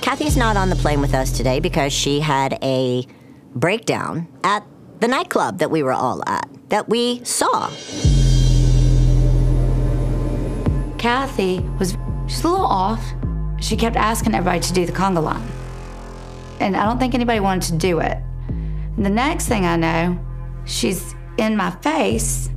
Kathy's not on the plane with us today because she had a breakdown at the nightclub that we were all at, that we saw. Kathy was she's a little off. She kept asking everybody to do the conga line. And I don't think anybody wanted to do it. And the next thing I know, she's in my face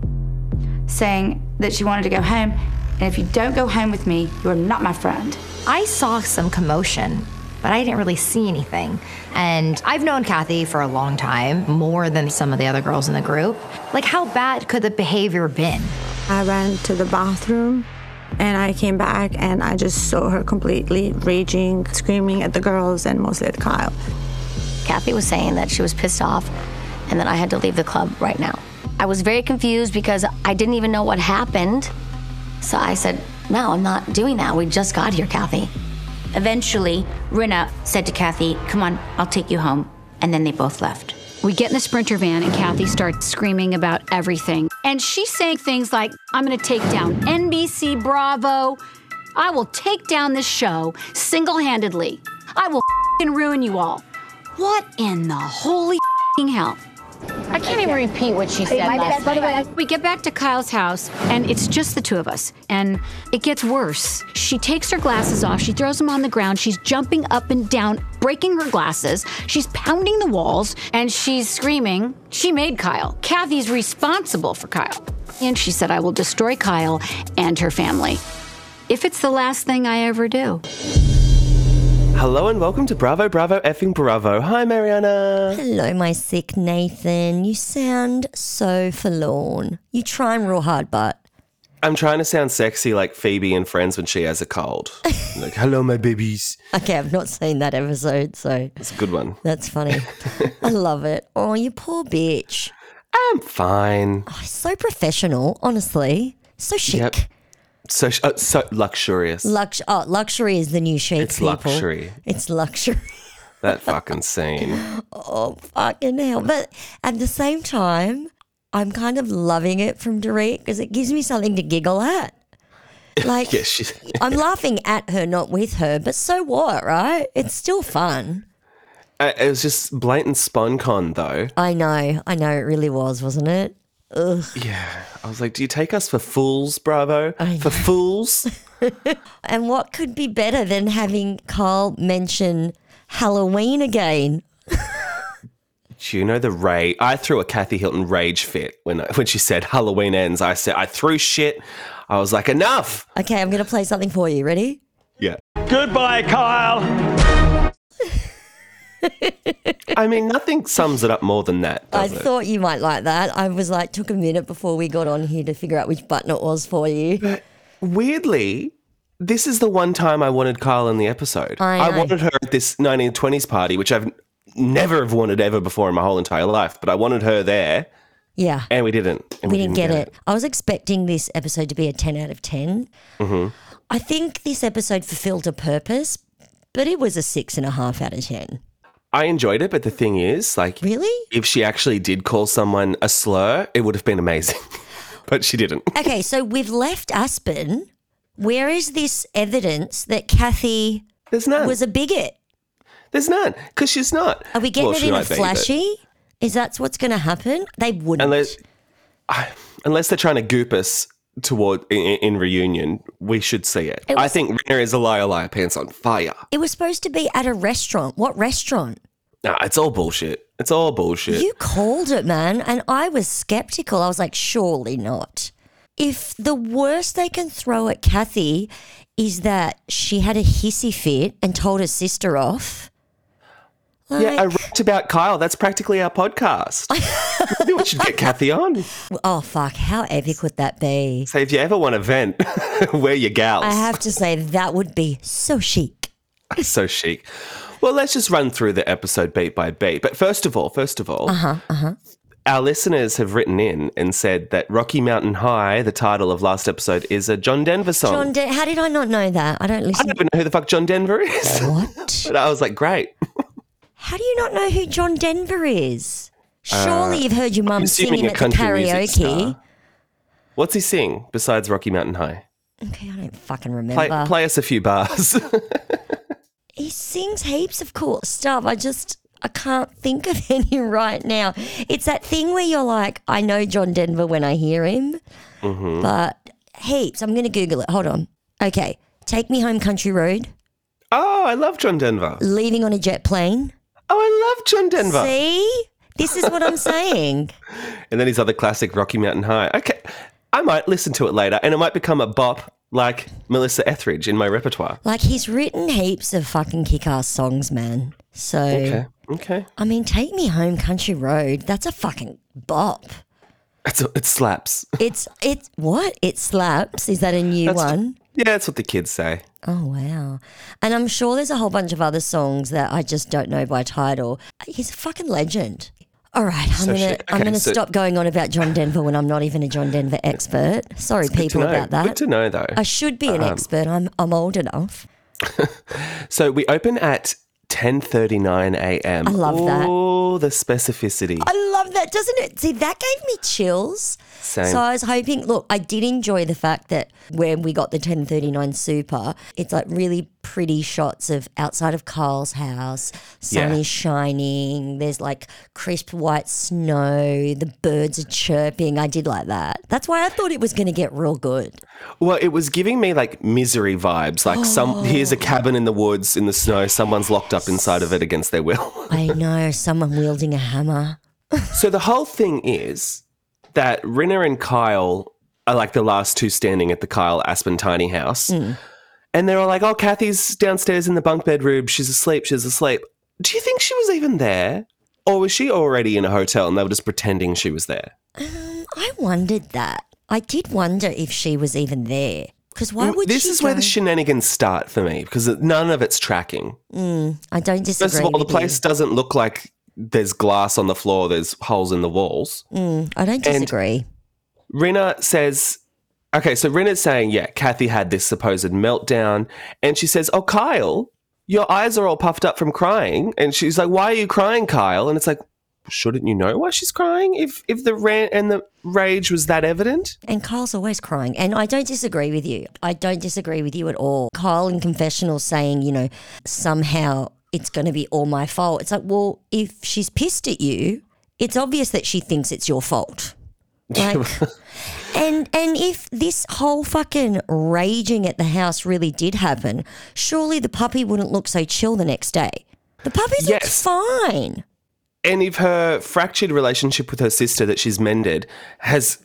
saying that she wanted to go home. And if you don't go home with me, you are not my friend. I saw some commotion, but I didn't really see anything. And I've known Kathy for a long time, more than some of the other girls in the group. Like, how bad could the behavior been? I ran to the bathroom and I came back and I just saw her completely raging, screaming at the girls and mostly at Kyle. Kathy was saying that she was pissed off and that I had to leave the club right now. I was very confused because I didn't even know what happened. So I said, No, I'm not doing that. We just got here, Kathy. Eventually, Rinna said to Kathy, Come on, I'll take you home. And then they both left. We get in the sprinter van, and Kathy starts screaming about everything. And she's saying things like, I'm going to take down NBC Bravo. I will take down this show single handedly. I will fing ruin you all. What in the holy fing hell? I can't even repeat what she said last By the way, we get back to Kyle's house, and it's just the two of us, and it gets worse. She takes her glasses off, she throws them on the ground, she's jumping up and down, breaking her glasses, she's pounding the walls, and she's screaming, She made Kyle. Kathy's responsible for Kyle. And she said, I will destroy Kyle and her family. If it's the last thing I ever do. Hello and welcome to Bravo, Bravo, effing Bravo. Hi, Mariana. Hello, my sick Nathan. You sound so forlorn. You trying real hard, but I'm trying to sound sexy like Phoebe in Friends when she has a cold. like, hello, my babies. okay, I've not seen that episode, so It's a good one. that's funny. I love it. Oh, you poor bitch. I'm fine. Oh, so professional, honestly. So chic. Yep. So, sh- uh, so luxurious. Lux- oh, luxury is the new chic. It's people. luxury. It's luxury. that fucking scene. Oh, fucking hell. But at the same time, I'm kind of loving it from Dorit because it gives me something to giggle at. Like, Yeah, she's. I'm laughing at her, not with her, but so what, right? It's still fun. Uh, it was just blatant spun con, though. I know, I know, it really was, wasn't it? Yeah. I was like, do you take us for fools, Bravo? I For fools? And what could be better than having Carl mention Halloween again? Do you know the rage? I threw a Kathy Hilton rage fit when I, when she said Halloween ends. I said I threw shit. I was like, enough. Okay, I'm going to play something for you. Ready? Yeah. Goodbye, Kyle. I mean, nothing sums it up more than that. I Does it? thought you might like that. I was like, took a minute before we got on here to figure out which button it was for you. Weirdly, this is the one time I wanted Kyle in the episode. I know. wanted her at this 1920s party, which I've never have wanted ever before in my whole entire life. But I wanted her there, Yeah. and we didn't. And we didn't get it. I was expecting this episode to be a 10 out of 10. Mm-hmm. I think this episode fulfilled a purpose, but it was a six and a half out of 10. I enjoyed it, but the thing is, like, Really? if she actually did call someone a slur, it would have been amazing. but she didn't. Okay, so we've left Aspen. Where is this evidence that Kathy There's none. was a bigot? There's none because she's not. Are we getting Well, it she in a might be, but- flashy? Is that what's going to happen? They wouldn't. Unless, I, unless they're trying to goop us toward in, in reunion, we should see it. I think Rina is a liar, liar, pants on fire. it was supposed to be at a restaurant. What restaurant? Nah, it's all bullshit. It's all bullshit. You called it, man. And I was skeptical. I was like, surely not. If the worst they can throw at Kathy is that she had a hissy fit and told her sister off. yeah, I like- rapped about Kyle. That's practically our podcast. Maybe we should get Kathy on. Oh, fuck. How epic would that be? So if you ever want a vent, we're your gals. I have to say, that would be so chic. so chic. Well, let's just run through the episode beat by beat. But first of all, first of all, uh-huh, uh-huh. our listeners have written in and said that Rocky Mountain High, the title of last episode, is a John Denver song. John, Den- how did I not know that? I don't I listen. don't even know who the fuck John Denver is. What? but I was like, great. How do you not know who John Denver is? Uh, Surely you've heard your mum assuming singing a at the country music karaoke. star. What's he sing besides Rocky Mountain High? Okay, I don't fucking Play, remember. play us a few bars. he sings heaps of cool stuff. I just I can't think of any right now. It's that thing where you're like, I know John Denver when I hear him, Mhm. but heaps. I'm gonna Google it. Hold on. Okay, take me home, country road. Oh, I love John Denver. Leaving on a jet plane. Oh, I love John Denver. See, this is what I'm saying. And then his other classic, Rocky Mountain High. Okay. I might listen to it later and it might become a bop like Melissa Etheridge in my repertoire. Like he's written heaps of fucking kick-ass songs, man. So Okay. Okay. I mean, take me home, country road. That's a fucking bop. It's, it slaps. It's it's what it slaps. Is that a new That's- one? Yeah, that's what the kids say. Oh wow! And I'm sure there's a whole bunch of other songs that I just don't know by title. He's a fucking legend. All right, I'm So gonna shit. I'm Okay, gonna so- stop going on about John Denver when I'm not even a John Denver expert. Sorry, people to know. about that. Good to know, though. I should be an Um, expert. I'm I'm old enough. So we open at 10:39 a.m. I love that. Oh, the specificity. I love that, doesn't it? See, that gave me chills. Same. So I was hoping. Look, I did enjoy the fact that when we got the 1039 Super, it's like really pretty shots of outside of Carl's house. Sun Yeah. is shining. There's like crisp white snow. The birds are chirping. I did like that. That's why I thought it was going to get real good. Well, it was giving me like misery vibes. Like some Oh. here's a cabin in the woods in the snow. Someone's locked up inside of it against their will. I know someone wielding a hammer. so the whole thing is that Rinna and Kyle are like the last two standing at the Kyle Aspen tiny house, and they're all like, "Oh, Kathy's downstairs in the bunk bedroom. She's asleep. She's asleep." Do you think she was even there, or was she already in a hotel and they were just pretending she was there? I wondered that. I did wonder if she was even there. Because why Mm, would this she is where the go- shenanigans start for me because none of it's tracking. I don't disagree. First of all, the with you. place doesn't look like there's glass on the floor, there's holes in the walls. Mm, I don't And- disagree. Rina says, okay, so Rina's saying, yeah, Kathy had this supposed meltdown. And she says, oh, Kyle, your eyes are all puffed up from crying. And she's like, why are you crying, Kyle? And it's like, shouldn't you know why she's crying if if the rant and the rage was that evident? And Kyle's always crying. And I don't disagree with you. I don't disagree with you at all. Kyle in confessional saying, you know, somehow it's going to be all my fault. It's like, well, if she's pissed at you, it's obvious that she thinks it's your fault. Like, and and if this whole fucking raging at the house really did happen, surely the puppy wouldn't look so chill the next day. The puppy looks Yes. fine. And if her fractured relationship with her sister that she's mended has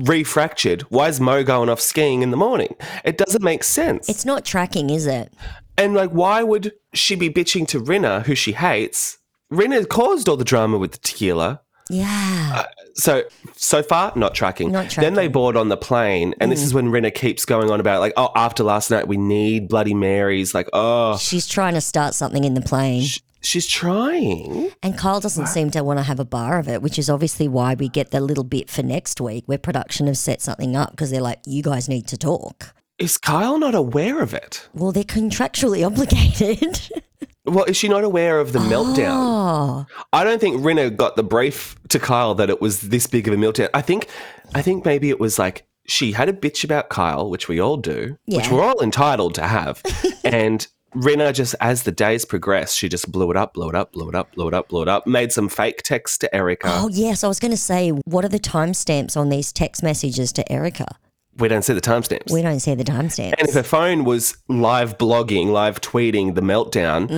refractured, why is Mo going off skiing in the morning? It doesn't make sense. It's not tracking, is it? and like, why would she be bitching to Rinna, who she hates? Rinna caused all the drama with the tequila. Uh, Yeah. So so far, not tracking. Not Mm. Then they board on the plane, and this is when Rinna keeps going on about like, oh, after last night, we need Bloody Marys. Like, oh, She's trying to start something in the plane. she's trying. And Kyle doesn't seem to want to have a bar of it, which is obviously why we get the little bit for next week where production have set something up because they're like, you guys need to talk. Is Kyle not aware of it? Well, they're contractually obligated. Well, is she not aware of the meltdown? oh, I don't think Rinna got the brief to Kyle that it was this big of a meltdown. I think, I think maybe it was like she had a bitch about Kyle, which we all do, which Yeah. we're all entitled to have, and. Rinna just as the days progressed, she just blew it up, blew it up, blew it up, blew it up, blew it up. Made some fake text to Erica. oh yes. I was going to say, what are the timestamps on these text messages to Erica? We don't see the timestamps. We don't see the And if timestamps. her phone was live blogging, live tweeting the meltdown,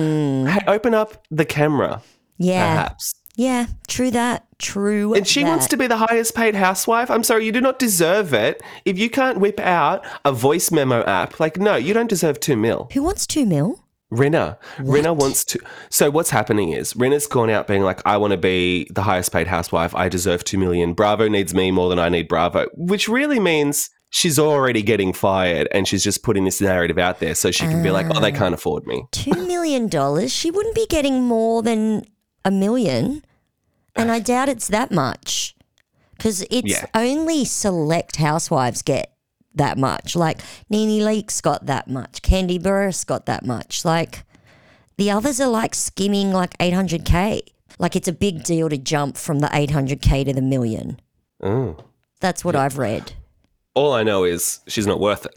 hey, open up the camera, Mm. Yeah. perhaps. Yeah. True that. True. And she wants to be the highest paid housewife. I'm sorry, you do not deserve it. If you can't whip out a voice memo app, like, no, you don't deserve two mil. Who wants two mil? Rinna. Rinna wants to. So what's happening is Rinna's gone out being like, I want to be the highest paid housewife. I deserve two million. Bravo needs me more than I need Bravo, which really means she's already getting fired and she's just putting this narrative out there so she can be like, oh, they can't afford me. two million dollars, she wouldn't be getting more than a million, and I doubt it's that much because it's Yeah. only select housewives get that much. Like Nene Leakes got that much, Candy Burris got that much. Like the others are like skimming like eight hundred k. Like it's a big deal to jump from the eight hundred k to the million. Oh. That's what I've read. All I know is she's not worth it.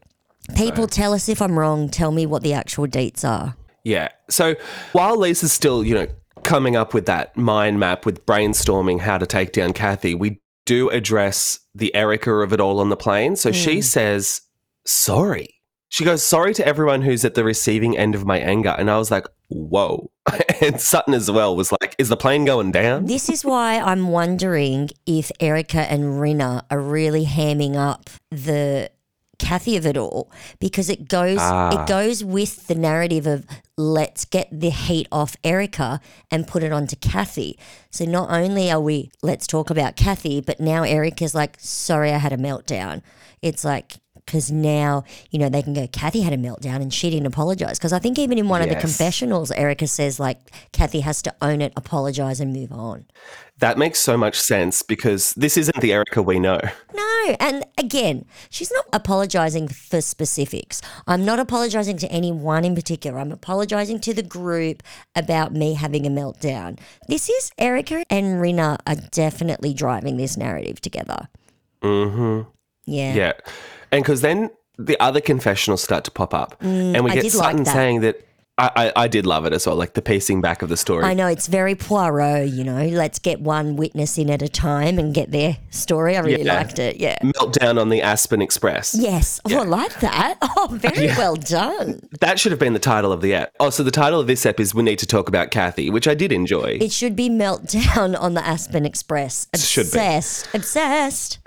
People tell us if I'm wrong. Tell me what the actual deets are. Yeah. So while Lisa's still, you know, coming up with that mind map with brainstorming how to take down Kathy, we do address the Erica of it all on the plane. So she says, sorry. She goes, sorry to everyone who's at the receiving end of my anger. And I was like, whoa. and Sutton as well was like, is the plane going down? This is why I'm wondering if Erica and Rina are really hamming up the Kathy of it all because it goes Ah. it goes with the narrative of let's get the heat off Erica and put it onto Kathy. So not only are we let's talk about Kathy, but now Erica's like, sorry, I had a meltdown. It's like because now you know they can go. Kathy had a meltdown and she didn't apologize. Because I think even in one of the Yes. confessionals, Erica says like Kathy has to own it, apologize, and move on. That makes so much sense because this isn't the Erica we know. No, and again, she's not apologizing for specifics. I'm not apologizing to anyone in particular. I'm apologizing to the group about me having a meltdown. This is Erica and Rina are definitely driving this narrative together. Mm-hmm. Yeah. Yeah. And because then the other confessionals start to pop up. and we Mm, I get did like Sutton that. saying that I, I, I did love it as well, like the piecing back of the story. I know it's very Poirot, you know. Let's get one witness in at a time and get their story. I really Yeah. liked it. Yeah. Meltdown on the Aspen Express. Yes. Oh, I like that. Oh, very Yeah. well done. That should have been the title of the app. Oh, so the title of this app is We Need to Talk About Kathy, which I did enjoy. It should be meltdown on the Aspen Express. Should be. Obsessed. Obsessed.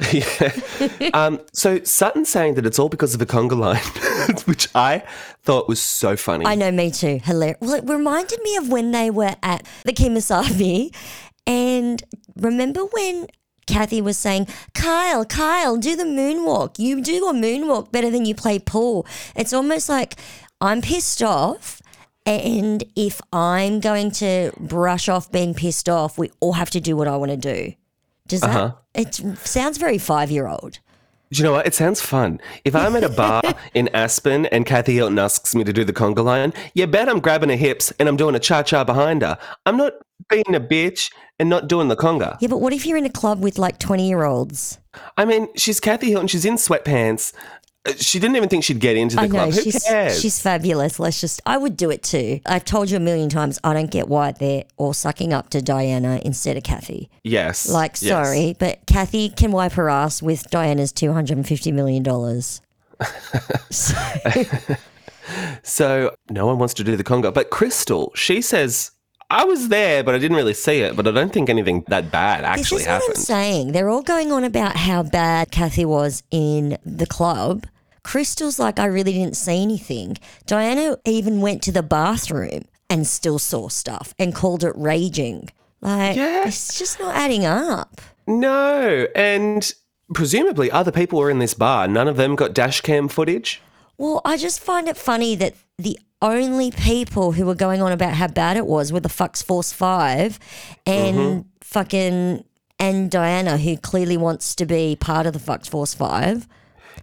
um, so Sutton saying that it's all because of the conga line, which I thought was so funny. I know, me too. Hilarious. Well, it reminded me of when they were at the Kimasabi. And remember when Kathy was saying, Kyle, Kyle, do the moonwalk. You do your moonwalk better than you play pool. It's almost like I'm pissed off. And if I'm going to brush off being pissed off, we all have to do what I want to do. Does that? Uh-huh. It sounds very five year old. Do you know what? It sounds fun. If I'm at a bar in Aspen and Kathy Hilton asks me to do the conga line, you bet I'm grabbing her hips and I'm doing a cha cha behind her. I'm not being a bitch and not doing the conga. Yeah, but what if you're in a club with like 20 year olds? I mean, she's Kathy Hilton. She's in sweatpants. Uh, She didn't even think she'd get into the I know club. Who she's cares? she's fabulous. Let's just I would do it too. I've told you a million times I don't get why they're all sucking up to Diana instead of Kathy. yes. Like yes. sorry, but Kathy can wipe her ass with Diana's two hundred and fifty million dollars. So no one wants to do the conga. But Crystal, she says, I was there, but I didn't really see it. But I don't think anything that bad This actually is what I'm happened. saying. They're all going on about how bad Kathy was in the club. Crystal's like, I really didn't see anything. Diana even went to the bathroom and still saw stuff and called it raging. Like, Yeah. it's just not adding up. No. And presumably other people were in this bar. None of them got dash cam footage. Well, I just find it funny that the only people who were going on about how bad it was were the fucks Force Five and Mm-hmm. fucking and Diana, who clearly wants to be part of the fucks Force Five.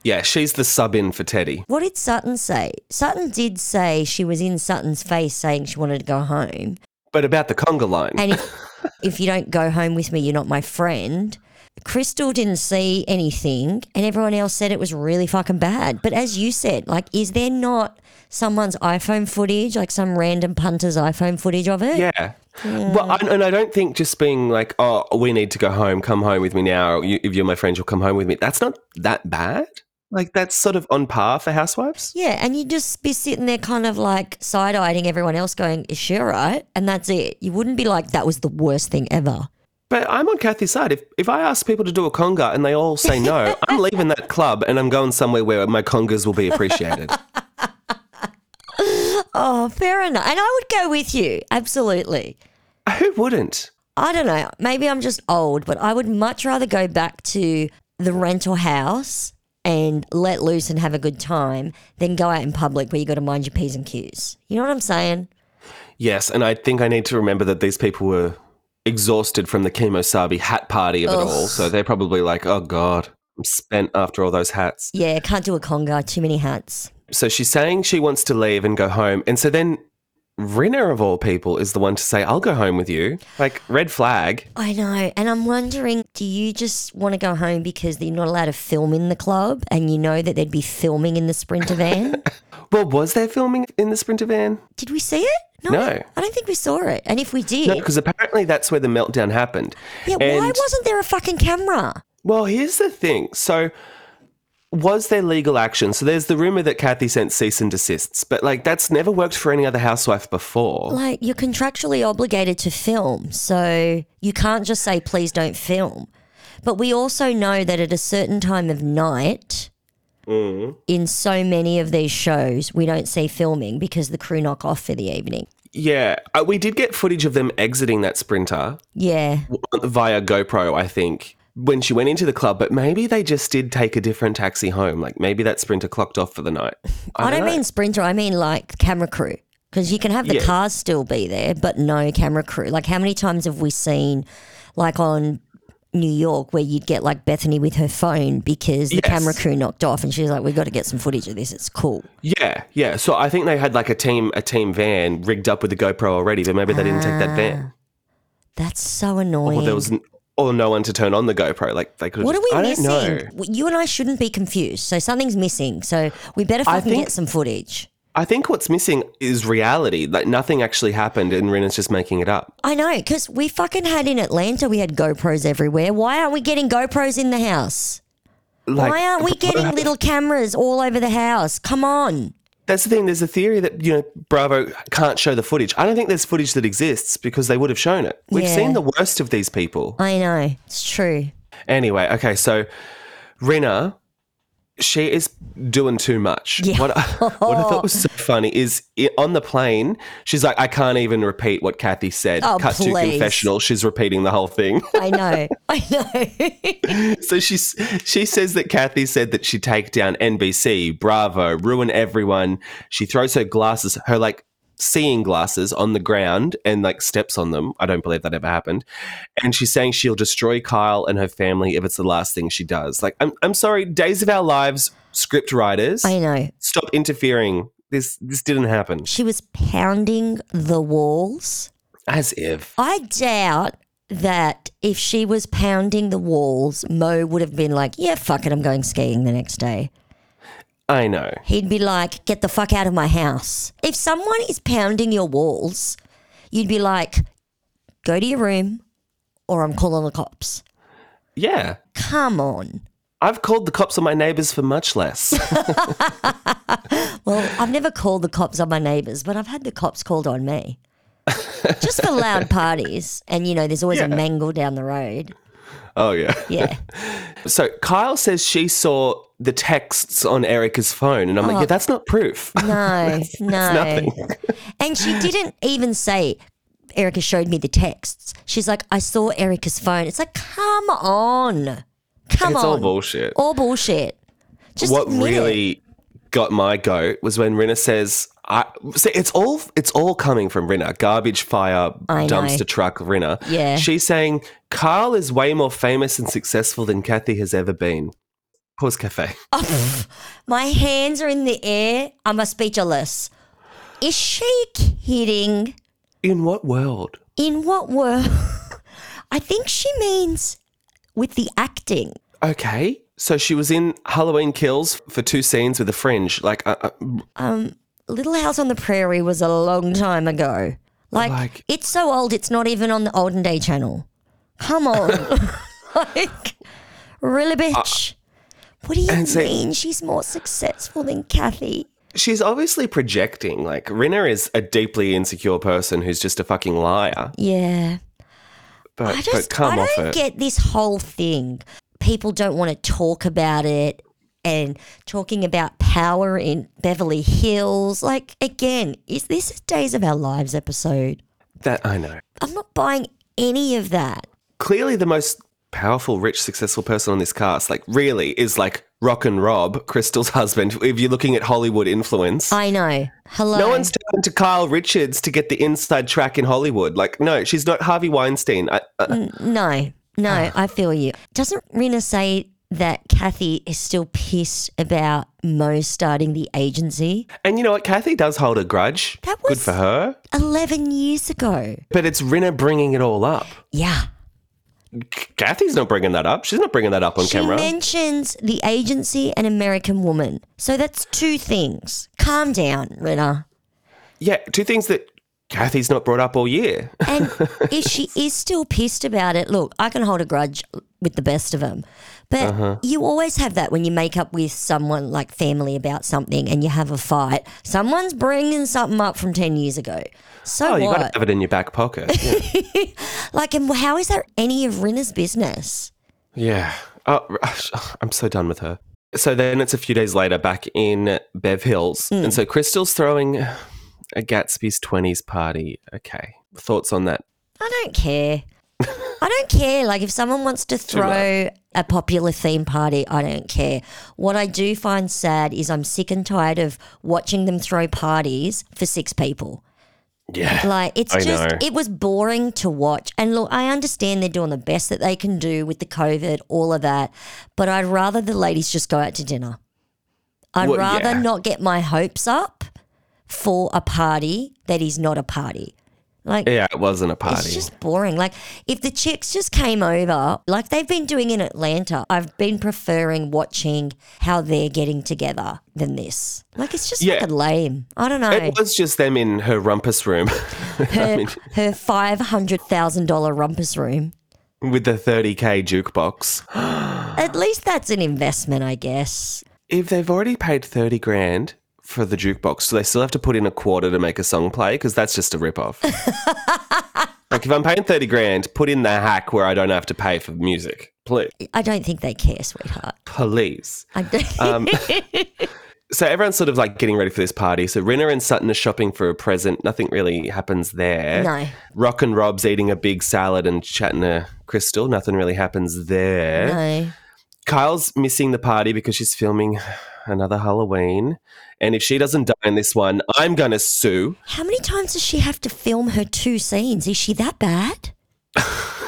Yeah, she's the sub in for Teddy. What did Sutton say? Sutton did say she was in Sutton's face saying she wanted to go home, But about the conga line. and if, if you don't go home with me, you're not my friend. Crystal didn't see anything, and everyone else said it was really fucking bad. But as you said, like, is there not someone's iPhone footage, like some random punter's iPhone footage of it? yeah. Well, I, and I don't think just being like, oh, we need to go home, come home with me now. You, if you're my friend, you'll come home with me. That's not that bad. Like, that's sort of on par for housewives. Yeah, and you'd just be sitting there kind of like side eyeing everyone else going, is she all right? And that's it. You wouldn't be like, that was the worst thing ever. But I'm on Kathy's side. If if I ask people to do a conga and they all say no, I'm leaving that club and I'm going somewhere where my congas will be appreciated. Oh, fair enough. And I would go with you. Absolutely. Who wouldn't? I don't know. Maybe I'm just old, but I would much rather go back to the rental house and let loose and have a good time than go out in public where you got to mind your P's and Q's. You know what I'm saying? Yes, and I think I need to remember that these people were exhausted from the chemosabi hat party of it all. So they're probably like, oh God, I'm spent after all those hats. Yeah, can't do a conga, too many hats. So she's saying she wants to leave and go home. And so then Rinna, of all people, is the one to say, I'll go home with you. Like, red flag. I know. And I'm wondering do you just want to go home because you're not allowed to film in the club and you know that they'd be filming in the Sprinter van? Well, was there filming in the Sprinter van? Did we see it? No. I don't think we saw it. And if we did, No, because apparently that's where the meltdown happened. yeah, why And- wasn't there a fucking camera? Well, here's the thing. So, was there legal action? So, there's the rumor that Kathy sent cease and desists, but like that's never worked for any other housewife before. Like, you're contractually obligated to film, so you can't just say, please don't film. But we also know that at a certain time of night, in so many of these shows, we don't see filming because the crew knock off for the evening. Yeah, uh, we did get footage of them exiting that sprinter Yeah. w- via GoPro, I think, when she went into the club, but maybe they just did take a different taxi home. Like maybe that sprinter clocked off for the night. I, don't, know. mean sprinter, I mean like camera crew. Because you can have the Yeah. cars still be there, but no camera crew. Like, how many times have we seen, like on New York, where you'd get like Bethany with her phone because the Yes. camera crew knocked off and she's like, we've got to get some footage of this. It's cool. Yeah, yeah. So I think they had like a team a team van rigged up with the GoPro already, but maybe they didn't take that van. That's so annoying. Or Oh, there was n- or no one to turn on the GoPro. Like they could what are we I missing? Don't know. W- You and I shouldn't be confused. So something's missing. So we better I fucking think- get some footage. I think what's missing is reality. Like nothing actually happened, and Rinna's just making it up. I know, because we fucking had in Atlanta, we had GoPros everywhere. Why aren't we getting GoPros in the house? Like, Why aren't we getting Bravo- little cameras all over the house? Come on. That's the thing. There's a theory that you know Bravo can't show the footage. I don't think there's footage that exists because they would have shown it. We've Yeah. seen the worst of these people. I know, it's true. Anyway, okay, so Rinna, she is doing too much. What, I, what I thought was so funny is i on the plane, she's like, I can't even repeat what Kathy said. Oh, Cut to please. confessional, she's repeating the whole thing. I know, I know. so she's, she says that Kathy said that she take down NBC, Bravo, ruin everyone. She throws her glasses, her like seeing glasses on the ground and like steps on them. I don't believe that ever happened. And she's saying she'll destroy Kyle and her family if it's the last thing she does. Like, I'm, I'm sorry, Days of Our Lives script writers I know. stop interfering. This this didn't happen. She was pounding the walls. As if. I doubt that if she was pounding the walls, Mo would have been like, yeah, fuck it, I'm going skiing the next day. I know. He'd be like, get the fuck out of my house. If someone is pounding your walls, you'd be like, go to your room or I'm calling the cops. Yeah. Come on. I've called the cops on my neighbors for much less. Well, I've never called the cops on my neighbours, but I've had the cops called on me. Just for loud parties. And, you know, there's always a mangle down the road. oh yeah. Yeah. So Kyle says she saw the texts on Erica's phone and I'm Oh. like, yeah, that's not proof. No, no. nothing. And she didn't even say, Erica showed me the texts. She's like, I saw Erica's phone. It's like, come on. Come it's on. all bullshit. All bullshit. Just what admit it. really got my goat was when Rinna says, "I see." It's all it's all coming from Rinna, garbage fire I know. dumpster truck Rinna. Yeah. she's saying Carl is way more famous and successful than Kathy has ever been. Pause cafe. Oh, My hands are in the air. I'm a speechless. Is she kidding? In what world? In what world? I think she means with the acting. Okay, so she was in Halloween Kills for two scenes with a fringe. Like, uh, uh, Little House on the Prairie was a long time ago. Like, Like- it's so old, it's not even on the Olden Day Channel. Come on. like, really, bitch. what do you Uh, and so- mean she's more successful than Kathy? she's obviously projecting. Like, Rinna is a deeply insecure person who's just a fucking liar. Yeah. But, I but just come I off don't it. get this whole thing. People don't want to talk about it and talking about power in Beverly Hills. Like again, is this a Days of Our Lives episode? that I know. I'm not buying any of that. clearly the most powerful, rich, successful person on this cast, like really, is like Rock and Rob, Crystal's husband. If you're looking at Hollywood influence, I know. Hello. no one's talking to Kyle Richards to get the inside track in Hollywood. Like, no, uh, Mm. she's not Harvey Weinstein. I, I, no, no, I feel you. Doesn't Rena say that Kathy is still pissed about Mo starting the agency And you know what? Kathy does hold a grudge. That Good was- for her. 11 years ago. But it's Rinna bringing it all up. Yeah. K- Kathy's not bringing that up. She's not bringing that up on She camera. mentions the agency and American woman. So that's two things. Calm down, Renna. yeah, two things that Kathy's not brought up all year. And if she is still pissed about it, look, I can hold a grudge with the best of them. But you always have that when you make up with someone like family about something and you have a fight. Someone's bringing something up from 10 years ago. So oh, you what? got to have it in your back pocket. Yeah. Like, and how is that any of Rinna's business? Yeah. Oh, I'm so done with her. So then it's a few days later back in Bev Hills. Hmm. And so Crystal's throwing a Gatsby's 20s party. Okay. Thoughts on that? I don't care. I don't care. Like, if someone wants to throw a popular theme party, I don't care. What I do find sad is I'm sick and tired of watching them throw parties for six people. Yeah. Like, it's I just, know. it was boring to watch. And look, I understand they're doing the best that they can do with the COVID, all of that. But I'd rather the ladies just go out to dinner. I'd Well, rather yeah. not get my hopes up for a party that is not a party. Like, Yeah, it wasn't a party. it's just boring. Like if the chicks just came over, like they've been doing in Atlanta, I've been preferring watching how they're getting together than this. Like it's just Yeah. fucking lame. I don't know. It was just them in her rumpus room I mean, Her five hundred thousand dollar rumpus room. with the 30K jukebox. Ah. At least that's an investment, I guess. if they've already paid 30 grand for the jukebox, do they still have to put in a quarter to make a song play? Because that's just a ripoff. like, if I'm paying 30 grand, put in the hack where I don't have to pay for music. Please. I don't think they care, sweetheart. Please. I don't- Uh, So everyone's sort of like getting ready for this party. So Rinna and Sutton are shopping for a present. Nothing really happens there. No. Rock and Rob's eating a big salad and chatting to Crystal. Nothing really happens there. no. Kyle's missing the party because she's filming another Halloween. And if she doesn't die in this one, I'm going to sue. How many times does she have to film her two scenes? Is she that bad?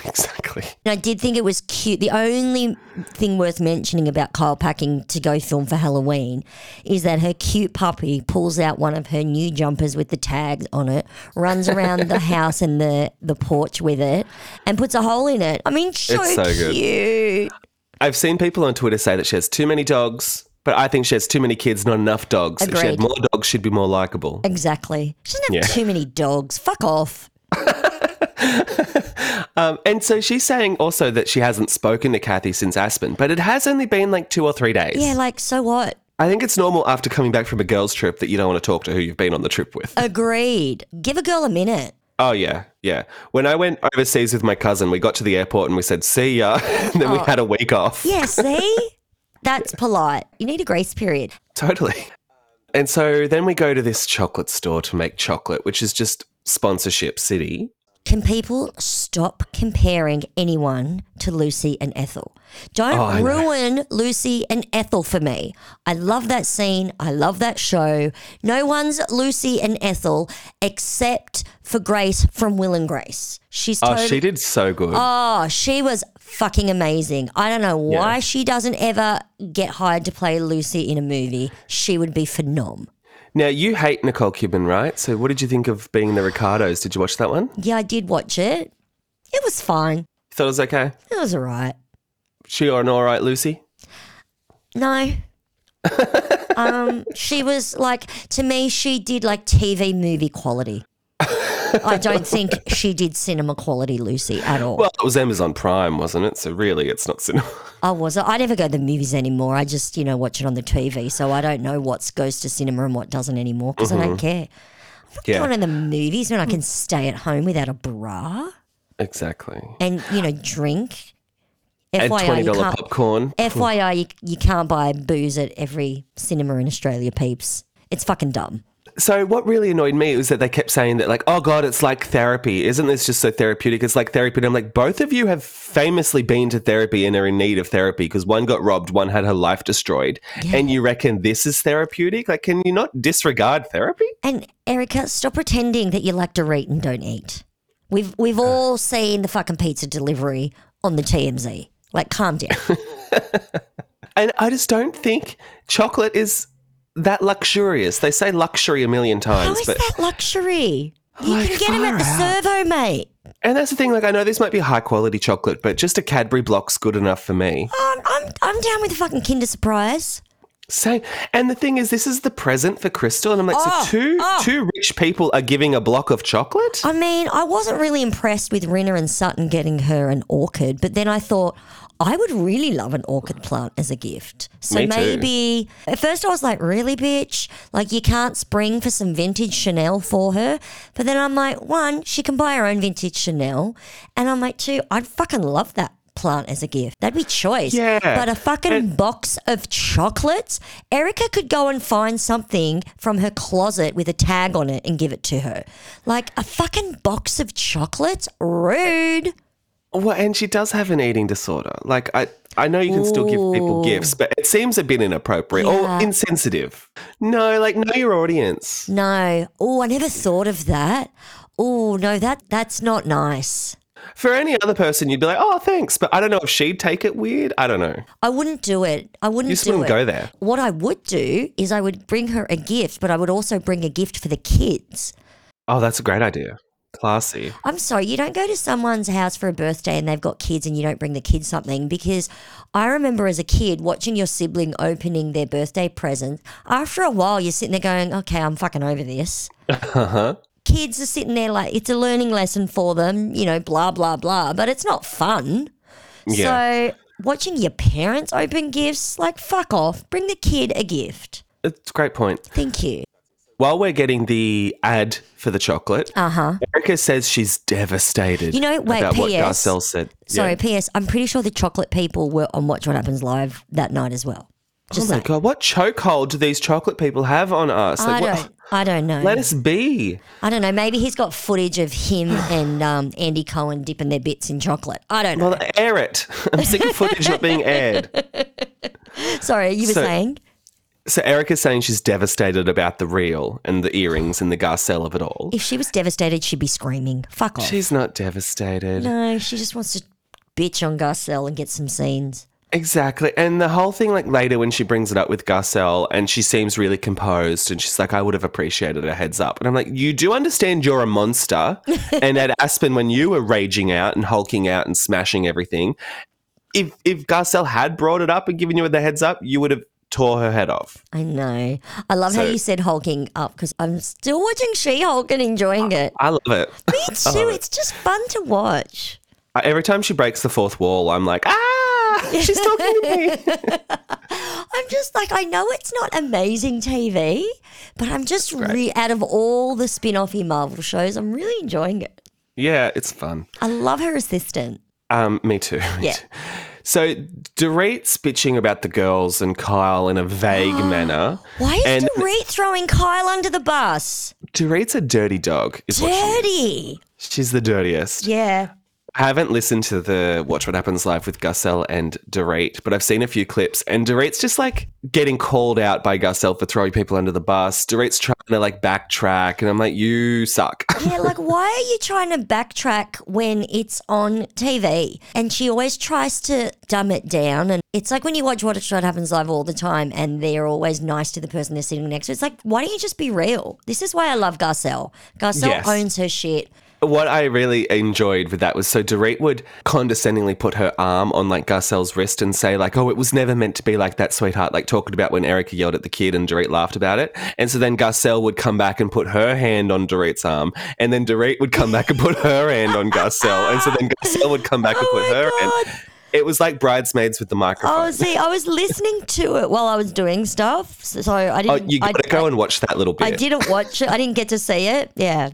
exactly. And I did think it was cute. The only thing worth mentioning about Kyle packing to go film for Halloween is that her cute puppy pulls out one of her new jumpers with the tags on it, runs around the house and the, the porch with it, and puts a hole in it. I mean, so, It's so cute. good. I've seen people on Twitter say that she has too many dogs, but I think she has too many kids, not enough dogs. If she had Agreed. more dogs, she'd be more likable. Exactly. She doesn't have Yeah. too many dogs. Fuck off. Um, and so she's saying also that she hasn't spoken to Kathy since Aspen, but it has only been like two or three days. Yeah, like, so what? I think it's normal after coming back from a girls' trip that you don't want to talk to who you've been on the trip Uh, with. Agreed. Give a girl a minute. Oh yeah, yeah. When I went overseas with my cousin, we got to the airport and we said "see ya," and then we had a week off. Oh. Yeah, see? That's polite. You need a grace period. Totally. And so then we go to this chocolate store to make chocolate, which is just sponsorship city. Can people stop comparing anyone to Lucy and Ethel? Don't Oh, I know. ruin Lucy and Ethel for me. I love that scene. I love that show. No one's Lucy and Ethel except for Grace from Will and Grace. She's Oh, totally. she did so good. Oh, she was fucking amazing. I don't know why Yeah. she doesn't ever get hired to play Lucy in a movie. She would be phenom. now you hate Nicole Kidman, right? So what did you think of being the Ricardos? Did you watch that one? You Yeah, I did watch it. It was fine. thought it was okay? It was all right. She or an all right Lucy? No. um, she was like to me. She did like TV movie quality. I don't think she did cinema quality, Lucy, at all. Well, it was Amazon Prime, wasn't it? So really, it's not cinema. I was. I never go to the movies anymore. I just you know watch it on the TV, so I don't know what goes to cinema and what doesn't anymore because I don't care. I'm not Mm-hmm. Yeah. going to the movies when I can stay at home without a bra exactly. and you know drink. And FYI, twenty you dollar can't. popcorn. FYI, you, you can't buy booze at every cinema in Australia, peeps. It's fucking dumb. So what really annoyed me was that they kept saying that like, oh god, it's like therapy. Isn't this just so therapeutic? It's like therapy. And I'm like, both of you have famously been to therapy and are in need of therapy because one got robbed, one had her life destroyed, and you reckon this is therapeutic? Like, can you not disregard therapy? And Erica, stop pretending that you like to eat and don't eat. We've we've Uh. all seen the fucking pizza delivery on the TMZ. Like, calm down. And I just don't think chocolate is that luxurious. They say luxury a million How times, is but that luxury? You can get them at the servo, mate. and that's the thing. Like I know this might be high quality chocolate, but just a Cadbury block's good enough for me. I'm, Um, I'm, I'm down with the fucking Kinder Surprise. Same. And the thing is, this is the present for Crystal, and I'm like, Oh, so two oh. two rich people are giving a block of chocolate. I mean, I wasn't really impressed with Rinna and Sutton getting her an orchid, but then I thought I would really love an orchid plant as a gift. So Me too. maybe at first I was like, really, bitch? Like, you can't spring for some vintage Chanel for her. But then I'm like, one, she can buy her own vintage Chanel. And I'm like, two, I'd fucking love that plant as a gift. That'd be choice. Yeah. But a fucking And- box of chocolates, Erica could go and find something from her closet with a tag on it and give it to her. Like a fucking box of chocolates? Rude. Oh. Well, and she does have an eating disorder. Like I, I know you can still give people gifts, but it seems a bit inappropriate Yeah. or insensitive. No, like know your audience. No. Oh, I never thought of that. Oh, no, that that's not nice. For any other person, you'd be like, "Oh, thanks," but I don't know if she'd take it weird. I don't know. I wouldn't do it. I wouldn't You just do wouldn't it. go there. What I would do is I would bring her a gift, but I would also bring a gift for the kids. Oh, that's a great idea. Classy. I'm sorry, you don't go to someone's house for a birthday and they've got kids and you don't bring the kids something because I remember as a kid watching your sibling opening their birthday present. After a while, you're sitting there going, okay, I'm fucking over this. Uh-huh. Kids are sitting there like, it's a learning lesson for them, you know, blah, blah, blah, but it's not fun. Yeah. So watching your parents open gifts, like, fuck off, bring the kid a gift. It's a great point. Thank you. While we're getting the ad for the chocolate, Uh huh. Erica says she's devastated. You know, wait, about what PS. Garcelle said. Sorry, Yeah. P.S. I'm pretty sure the chocolate people were on Watch What Happens Live that night as well. oh Just my saying. god, what chokehold do these chocolate people have on us? I Like, what- don't. I don't know. Let us be. I don't know. Maybe he's got footage of him and um, Andy Cohen dipping their bits in chocolate. I don't know. Well, air it. I'm sick of footage not being aired. Sorry, you were so- saying. So Erica's saying she's devastated about the reel and the earrings and the Garcelle of it all. If she was devastated, she'd be screaming. Fuck off. She's not devastated. no, she just wants to bitch on Garcelle and get some scenes. Exactly. And the whole thing, like later when she brings it up with Garcelle and she seems really composed and she's like, I would have appreciated a heads up. And I'm like, you do understand you're a monster. and at Aspen, when you were raging out and hulking out and smashing everything, if, if Garcelle had brought it up and given you the heads up, you would have tore her head off. I know. I love how So- you said hulking up because I'm still watching She Hulk and enjoying it. I love it. Me Uh-huh. too. It's just fun to watch. Uh, Every time she breaks the fourth wall, I'm like, ah, she's talking to me. I'm just like, I know it's not amazing TV, but I'm just re- out of all the spin offy Marvel shows, I'm really enjoying it. yeah, it's fun. I love her assistant. Um, me too. me Yeah. too. So Dorit's bitching about the girls and Kyle in a vague manner. Why is and Dorit throwing Kyle under the bus? Dorit's a dirty dog. Is what she is. Dirty. She's the dirtiest. Yeah. I haven't listened to the Watch What Happens live with Garcelle and Dorit, but I've seen a few clips, and Dorit's just like getting called out by Garcelle for throwing people under the bus. Dorit's trying to like backtrack, and I'm like, you suck. Yeah, like why are you trying to backtrack when it's on TV? And she always tries to dumb it down. And it's like when you watch What Shot Happens Live all the time and they're always nice to the person they're sitting next to. It's like, why don't you just be real? This is why I love Garcelle. Garcelle Yes. owns her shit. What I really enjoyed with that was so Dorit would condescendingly put her arm on like Garcelle's wrist and say like, "Oh, it was never meant to be like that, sweetheart." Like talking about when Erica yelled at the kid and Dorit laughed about it, and so then Garcelle would come back and put her hand on Dorit's arm, and then Dorit would come back and put her hand on Garcelle, and so then Garcelle would come back and put Oh my her God. hand. It was like bridesmaids with the microphone. Oh, see, I was listening to it while I was doing stuff. So I Oh, didn't. you I, gotta go and watch that little bit. I didn't watch it. I didn't get to see it. Yeah.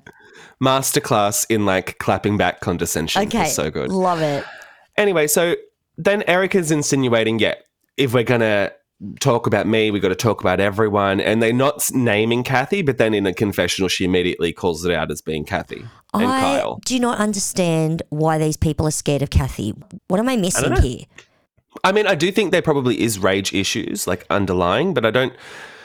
Masterclass in like clapping back condescension. It was Okay. so good. Love it. Anyway, so then Erica's insinuating, yeah, if we're gonna talk about me, we got to talk about everyone, and they're not s- naming Kathy, but then in a confessional, she immediately calls it out as being Kathy and I Kyle. do not understand why these people are scared of Kathy. What am I missing know. here? I mean, I do think there probably is rage issues like underlying, but I don't.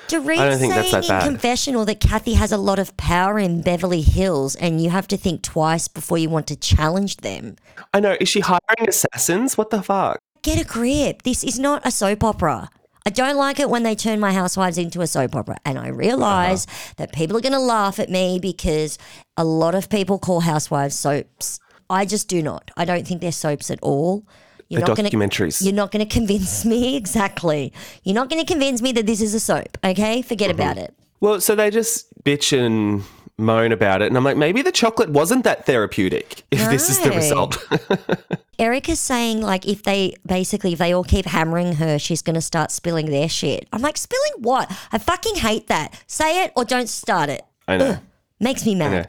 Dorit I don't think that's saying that in bad. confessional that Kathy has a lot of power in Beverly Hills, and you have to think twice before you want to challenge them. I know. Is she hiring assassins? What the fuck? get a grip. This is not a soap opera. I don't like it when they turn my housewives into a soap opera. And I realize Uh-huh. that people are going to laugh at me because a lot of people call housewives soaps. I just do not. I don't think they're soaps at all. They're not gonna- documentaries. You're not going to convince me. Exactly. You're not going to convince me that this is a soap. Okay. Forget Mm-hmm. about it. Well, so they just bitch and moan about it. And I'm like, maybe the chocolate wasn't that therapeutic if this is the No. result. Erica's saying like if they basically if they all keep hammering her, she's gonna start spilling their shit. I'm like, spilling what? I fucking hate that. Say it or don't start it. I know. Makes me Yeah. mad.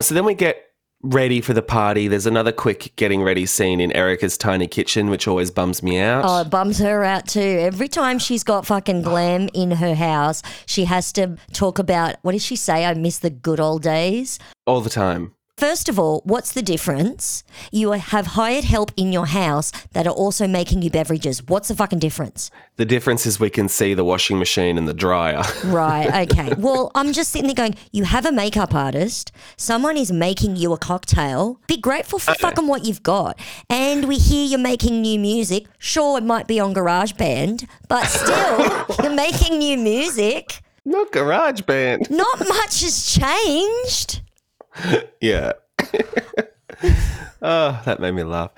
So then we get ready for the party. There's another quick getting ready scene in Erica's tiny kitchen, which always bums me out. Oh, it bums her out too. Every time she's got fucking glam in her house, she has to talk about what does she say? I miss the good old days. All the time. First of all, what's the difference? You have hired help in your house that are also making you beverages. What's the fucking difference? The difference is we can see the washing machine and the dryer. Right. Okay. Well, I'm just sitting there going, you have a makeup artist. Someone is making you a cocktail. Be grateful Oh, for fucking what you've got. And we hear you're making new music. Sure, it might be on GarageBand, but still, you're making new music. Not garage band. Not much has changed. Yeah. oh, that made me laugh.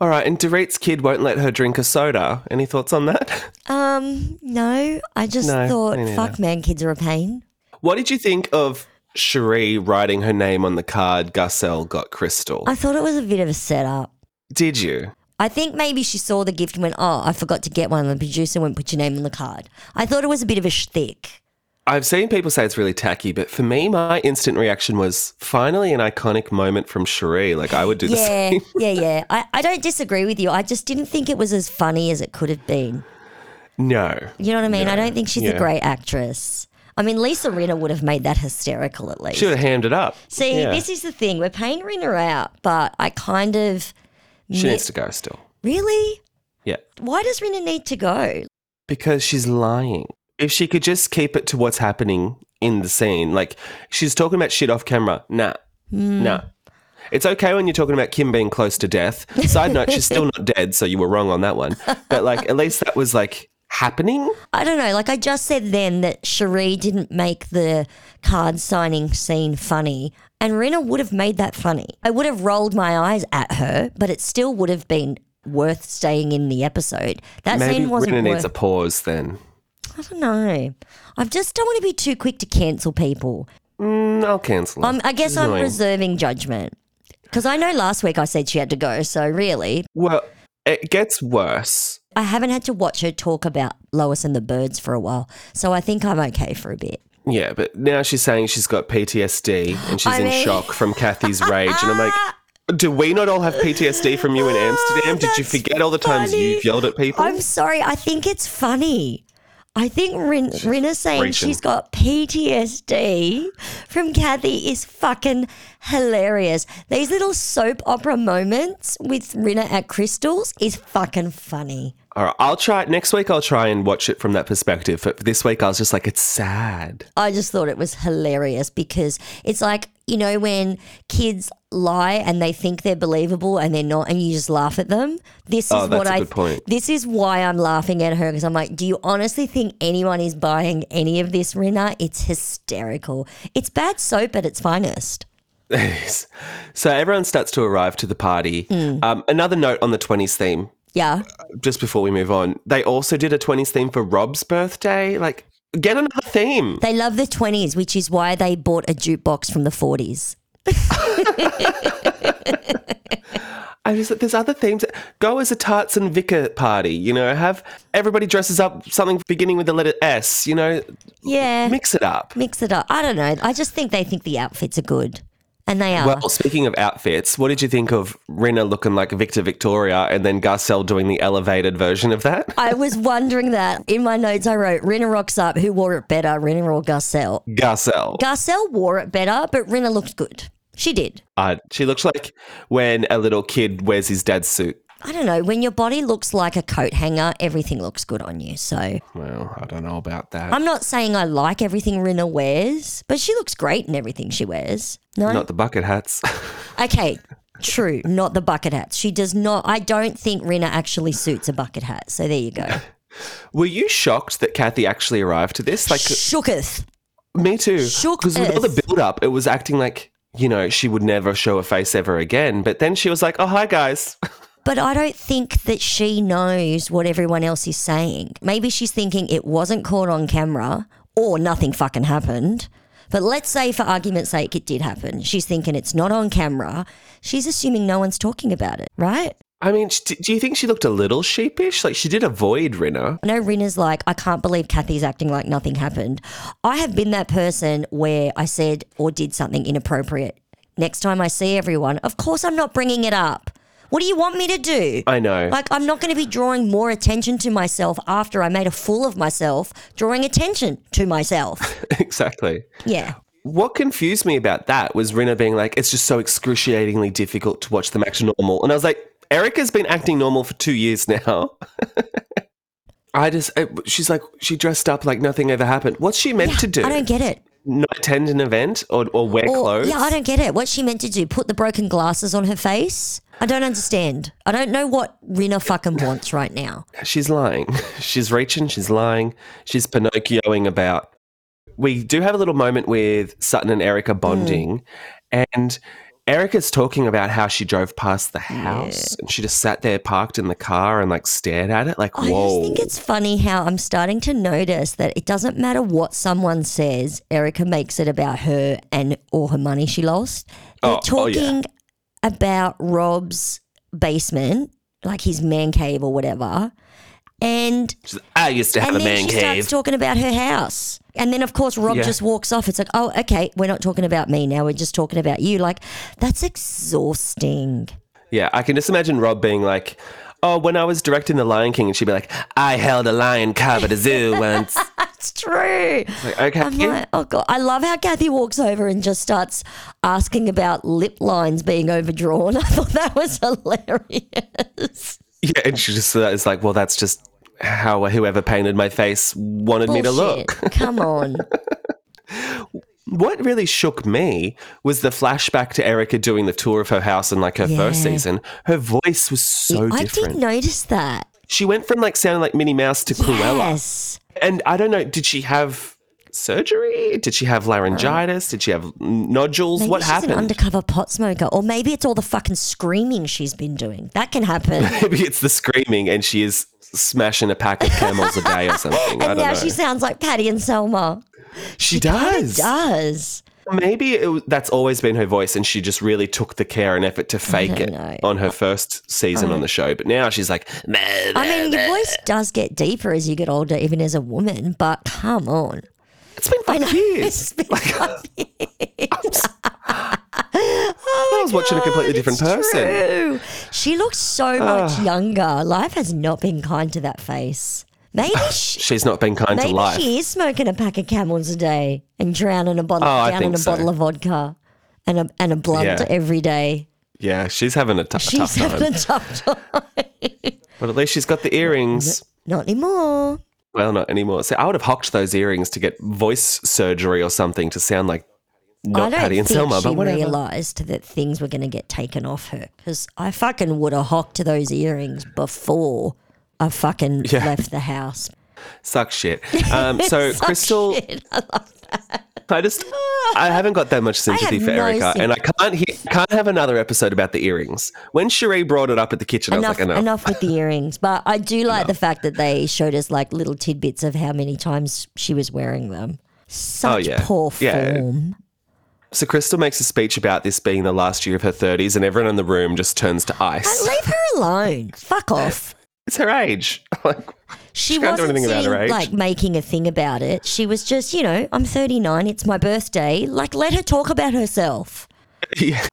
All right, and Dorit's kid won't let her drink a soda. Any thoughts on that? Um, no, I just No, thought, me neither. fuck, man, kids are a pain. What did you think of Cherie writing her name on the card Garcelle got Crystal? I thought it was a bit of a setup. Did you? I think maybe she saw the gift and went, oh, I forgot to get one. And the producer went, put your name on the card. I thought it was a bit of a shtick. I've seen people say it's really tacky, but for me, my instant reaction was finally an iconic moment from Cherie. Like, I would do the yeah, same. yeah, yeah. I, I don't disagree with you. I just didn't think it was as funny as it could have been. No. You know what I mean? I No, don't think she's yeah. a great actress. I mean, Lisa Rinna would have made that hysterical at least. She would have hammed it up. See, Yeah. this is the thing. We're paying Rinna out, but I kind of She mi- needs to go still. really. Yeah. Why does Rinna need to go? Because she's lying. If she could just keep it to what's happening in the scene, like she's talking about shit off camera. Nah, Hmm. nah. It's okay when you're talking about Kim being close to death. Side note, she's still not dead, so you were wrong on that one. But like, at least that was like happening. I don't know. Like I just said then that Cherie didn't make the card signing scene funny, and Rinna would have made that funny. I would have rolled my eyes at her, but it still would have been worth staying in the episode. That Maybe scene wasn't Rina needs a worth. pause then. I I don't know. I just don't want to be too quick to cancel people. Mm, I'll cancel. it. I'm, Um, I guess I'm Annoying. reserving judgment because I know last week I said she had to go. So really, well, it gets worse. I haven't had to watch her talk about Lois and the birds for a while, so I think I'm okay for a bit. Yeah, but now she's saying she's got PTSD and she's I in mean- shock from Kathy's rage. And I'm like, do we not all have PTSD from you in Amsterdam? Did you Oh, That's forget all the times funny. you've yelled at people? I'm sorry. I think it's funny. I think Rin- Rinna's saying preaching. she's got PTSD from Kathy is fucking hilarious. These little soap opera moments with Rinna at Crystals is fucking funny. all right, I'll try next week. I'll try and watch it from that perspective. But this week, I was just like, it's sad. I just thought it was hilarious because it's like, you know, when kids lie and they think they're believable and they're not, and you just laugh at them. This Oh, is that's what a I. good point. This is why I'm laughing at her because I'm like, do you honestly think anyone is buying any of this, Rinna? It's hysterical. It's bad soap at its finest. so everyone starts to arrive to the party. Mm. Um, another note on the 20s theme, Yeah. just before we move on, they also did a 20s theme for Rob's birthday. Like, get another theme. They love the 20s, which is why they bought a jukebox from the 40s. I just there's other themes. Go as a tarts and vicar party, you know. Have everybody dresses up something beginning with the letter S, you know. Yeah. Mix it up. Mix it up. I don't know. I just think they think the outfits are good. And they are. Well, speaking of outfits, what did you think of Renna looking like Victor Victoria and then Garcelle doing the elevated version of that? I was wondering that. In my notes, I wrote Rinna rocks up. Who wore it better, Rinna or Garcelle? Garcelle. Garcelle wore it better, but Rinna looked good. She did. Uh, she looks like when a little kid wears his dad's suit. I don't know. When your body looks like a coat hanger, everything looks good on you. So Well, I don't know about that. I'm not saying I like everything Rinna wears, but she looks great in everything she wears. No? not the bucket hats. Okay. True, not the bucket hats. She does not. I don't think Rina actually suits a bucket hat. So there you go. Were you shocked that Kathy actually arrived to this? Like, Shooketh. me too. shook Because with all the us. build up, it was acting like, you know, she would never show her face ever again. But then she was like, oh, hi, guys. But I don't think that she knows what everyone else is saying. Maybe she's thinking it wasn't caught on camera or nothing fucking happened. But let's say, for argument's sake, it did happen. She's thinking it's not on camera. She's assuming no one's talking about it, right? I mean, sh- do you think she looked a little sheepish? Like, she did avoid Rinna. I know Rina's like, I can't believe Kathy's acting like nothing happened. I have been that person where I said or did something inappropriate. Next time I see everyone, of course I'm not bringing it up. What do you want me to do? I know. Like, I'm not going to be drawing more attention to myself after I made a fool of myself, drawing attention to myself. exactly. Yeah. What confused me about that was Rinna being like, it's just so excruciatingly difficult to watch them act normal. And I was like, Erica's been acting normal for two years now. I just, I, she's like, she dressed up like nothing ever happened. What's she meant to do? I don't get it. Not attend an event or, or wear Or, clothes? yeah, I don't get it. What's she meant to do? Put the broken glasses on her face? I don't understand. I don't know what Rina fucking wants right now. She's lying. She's reaching. She's lying. She's Pinocchioing about. We do have a little moment with Sutton and Erica Mm. bonding, and Erica's talking about how she drove past the house and she just sat there parked in the car and like stared at it like, I just whoa. think it's funny how I'm starting to notice that it doesn't matter what someone says, Erica makes it about her and all her money she lost. They're Oh, oh, yeah. talking about Rob's basement, like his man cave or whatever. And She's like, I used to have and a then man she cave. starts talking about her house. And then, of course, Rob Yeah. just walks off. It's like, oh, okay, we're not talking about me now. We're just talking about you. Like, that's exhausting. yeah, I can just imagine Rob being like, oh, when I was directing The Lion King, and she'd be like, I held a lion covered a zoo once. That's true. like, okay. I'm like, oh god, I love how Kathy walks over and just starts asking about lip lines being overdrawn. I thought that was hilarious. yeah, and she just uh, is like, well, that's just how whoever painted my face wanted me to Bullshit. look. Come on. What really shook me was the flashback to Erica doing the tour of her house in like her first Yeah. season. Her voice was so I different. did notice that. she went from like sounding like Minnie Mouse to Cruella. Yes. And I don't know, did she have surgery? Did she have laryngitis? Did she have n- nodules? Maybe what she's happened? an undercover pot smoker, or maybe it's all the fucking screaming she's been doing. That can happen. Maybe it's the screaming and she is smashing a pack of camels a day or something. I and don't now know. she sounds like Patty and Selma. she Kinda does. does. Maybe it, was- that's always been her voice, and she just really took the care and effort to fake it know. on her first season on the show. But now she's like, I mean, your voice does get deeper as you get older, even as a woman. But come on. it's been I know. five years. It's been uh, five years. I was watching a completely Oh God, different it's person. Ah. true. She looks so much younger. Life has not been kind to that face. Maybe she, She's not been kind maybe to life. she is smoking a pack of camels a day and drowning a bottle, Oh, I down in think a so. bottle of vodka and a and a blunt Yeah. every day. yeah, she's having a, tou- a She's tough time. having a tough time. but at least she's got the earrings. Not anymore. Well, not anymore. So I would have hocked those earrings to get voice surgery or something to sound like I not don't Patty and think Selma, she but whatever. realised that things were going to get taken off her because I fucking would have hocked those earrings before I fucking Yeah. left the house. Suck shit. Um, so Suck Crystal, shit. I love I just I haven't got that much sympathy have for no Erica, and I can't hear, can't have another episode about the earrings. When Cherie brought it up at the kitchen, I enough, was like, enough. enough with the earrings. But I do like the fact that they showed us like little tidbits of how many times she was wearing them. Such Oh, yeah. poor Yeah. form. So Crystal makes a speech about this being the last year of her 30s, and everyone in the room just turns to And ice. leave her alone. Fuck off. It's her age. like, She, She can't do wasn't anything about sitting, her age. like making a thing about it. She was just, you know, I'm 39. It's my birthday. Like, let her talk about herself. Yeah.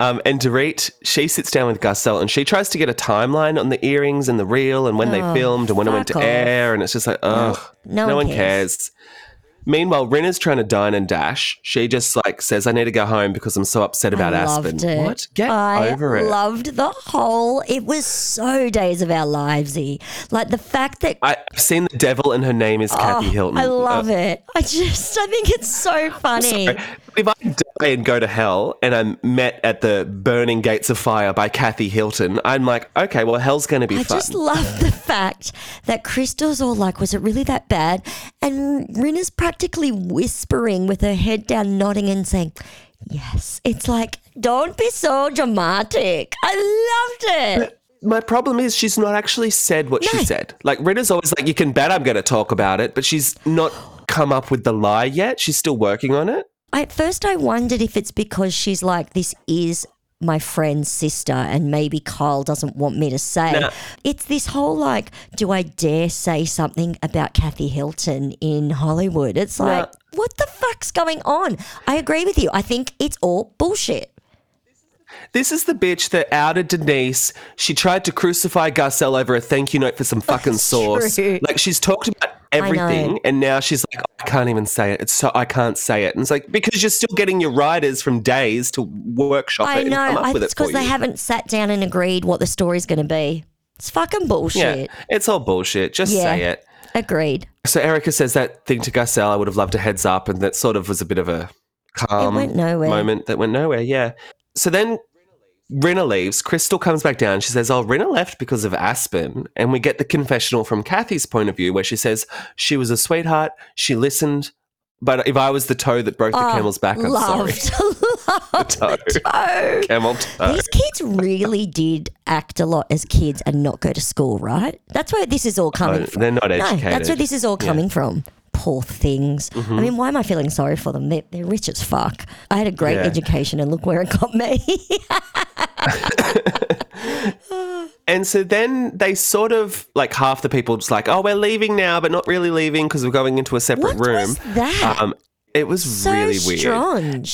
Um, and Dorit, she sits down with Garcelle and she tries to get a timeline on the earrings and the reel and when they filmed and when it went to Oh, fuck off. air. And it's just like, ugh, no no, one one cares. Meanwhile, Rinna's trying to dine and dash. She just like says, I need to go home because I'm so upset about I Aspen. loved it. What? Get I over it. Loved the whole. It was so days of our livesy. Like the fact that oh, I, I've seen the devil and her name is Kathy Hilton. Uh, I love it. I just I think it's so funny. Sorry. If I die and go to hell and I'm met at the burning gates of fire by Kathy Hilton, I'm like, okay, well, hell's going to be I fun. just love the fact that Crystal's all like, was it really that bad? And Rinna's practically whispering with her head down, nodding and saying, yes. It's like, don't be so dramatic. I loved it. My problem is she's not actually said what she said. Like Rita's always like, you can bet I'm going to talk about it, but she's not come up with the lie yet. She's still working on it. At first, I wondered if it's because she's like, this is my friend's sister, and maybe Kyle doesn't want me to say. No. It's this whole like, do I dare say something about Kathy Hilton in Hollywood? It's like, what the fuck's going on? I agree with you. I think it's all bullshit. This is the bitch that outed Denise. She tried to crucify Garcelle over a thank you note for some fucking sauce. true. Like she's talked about know. everything, and now she's like, I can't even say it. It's so I can't say it. And it's like because you're still getting your writers from days to workshop I it and come know. up I, with it's it for because you. they haven't sat down and agreed what the story's going to be. It's fucking yeah, bullshit. it's all bullshit. Just Yeah. say it. Agreed. So Erica says that thing to Garcelle. I would have loved a heads up, and that sort of was a bit of a calm It went nowhere. moment that went nowhere. Yeah. So then Rinna leaves. Crystal comes back down. She says, "Oh, Rinna left because of Aspen," and we get the confessional from Kathy's point of view, where she says she was a sweetheart. She listened, but if I was the toe that broke the Ah, camel's back, I'm sorry. Loved. The toe. Camel toe. These kids really did act a lot as kids and not go to school, right? That's where this is all coming Oh, from. they're not No, that's where educated. this is all Yeah. Mm-hmm. coming from. Poor things. I mean, why am I feeling sorry for them? They're, they're rich as fuck. I had a great Yeah. education, and look where it got me. And so then they sort of like half the people just like, oh, we're leaving now, but not really leaving because we're going into a separate What room. was that? Um, it was so really weird.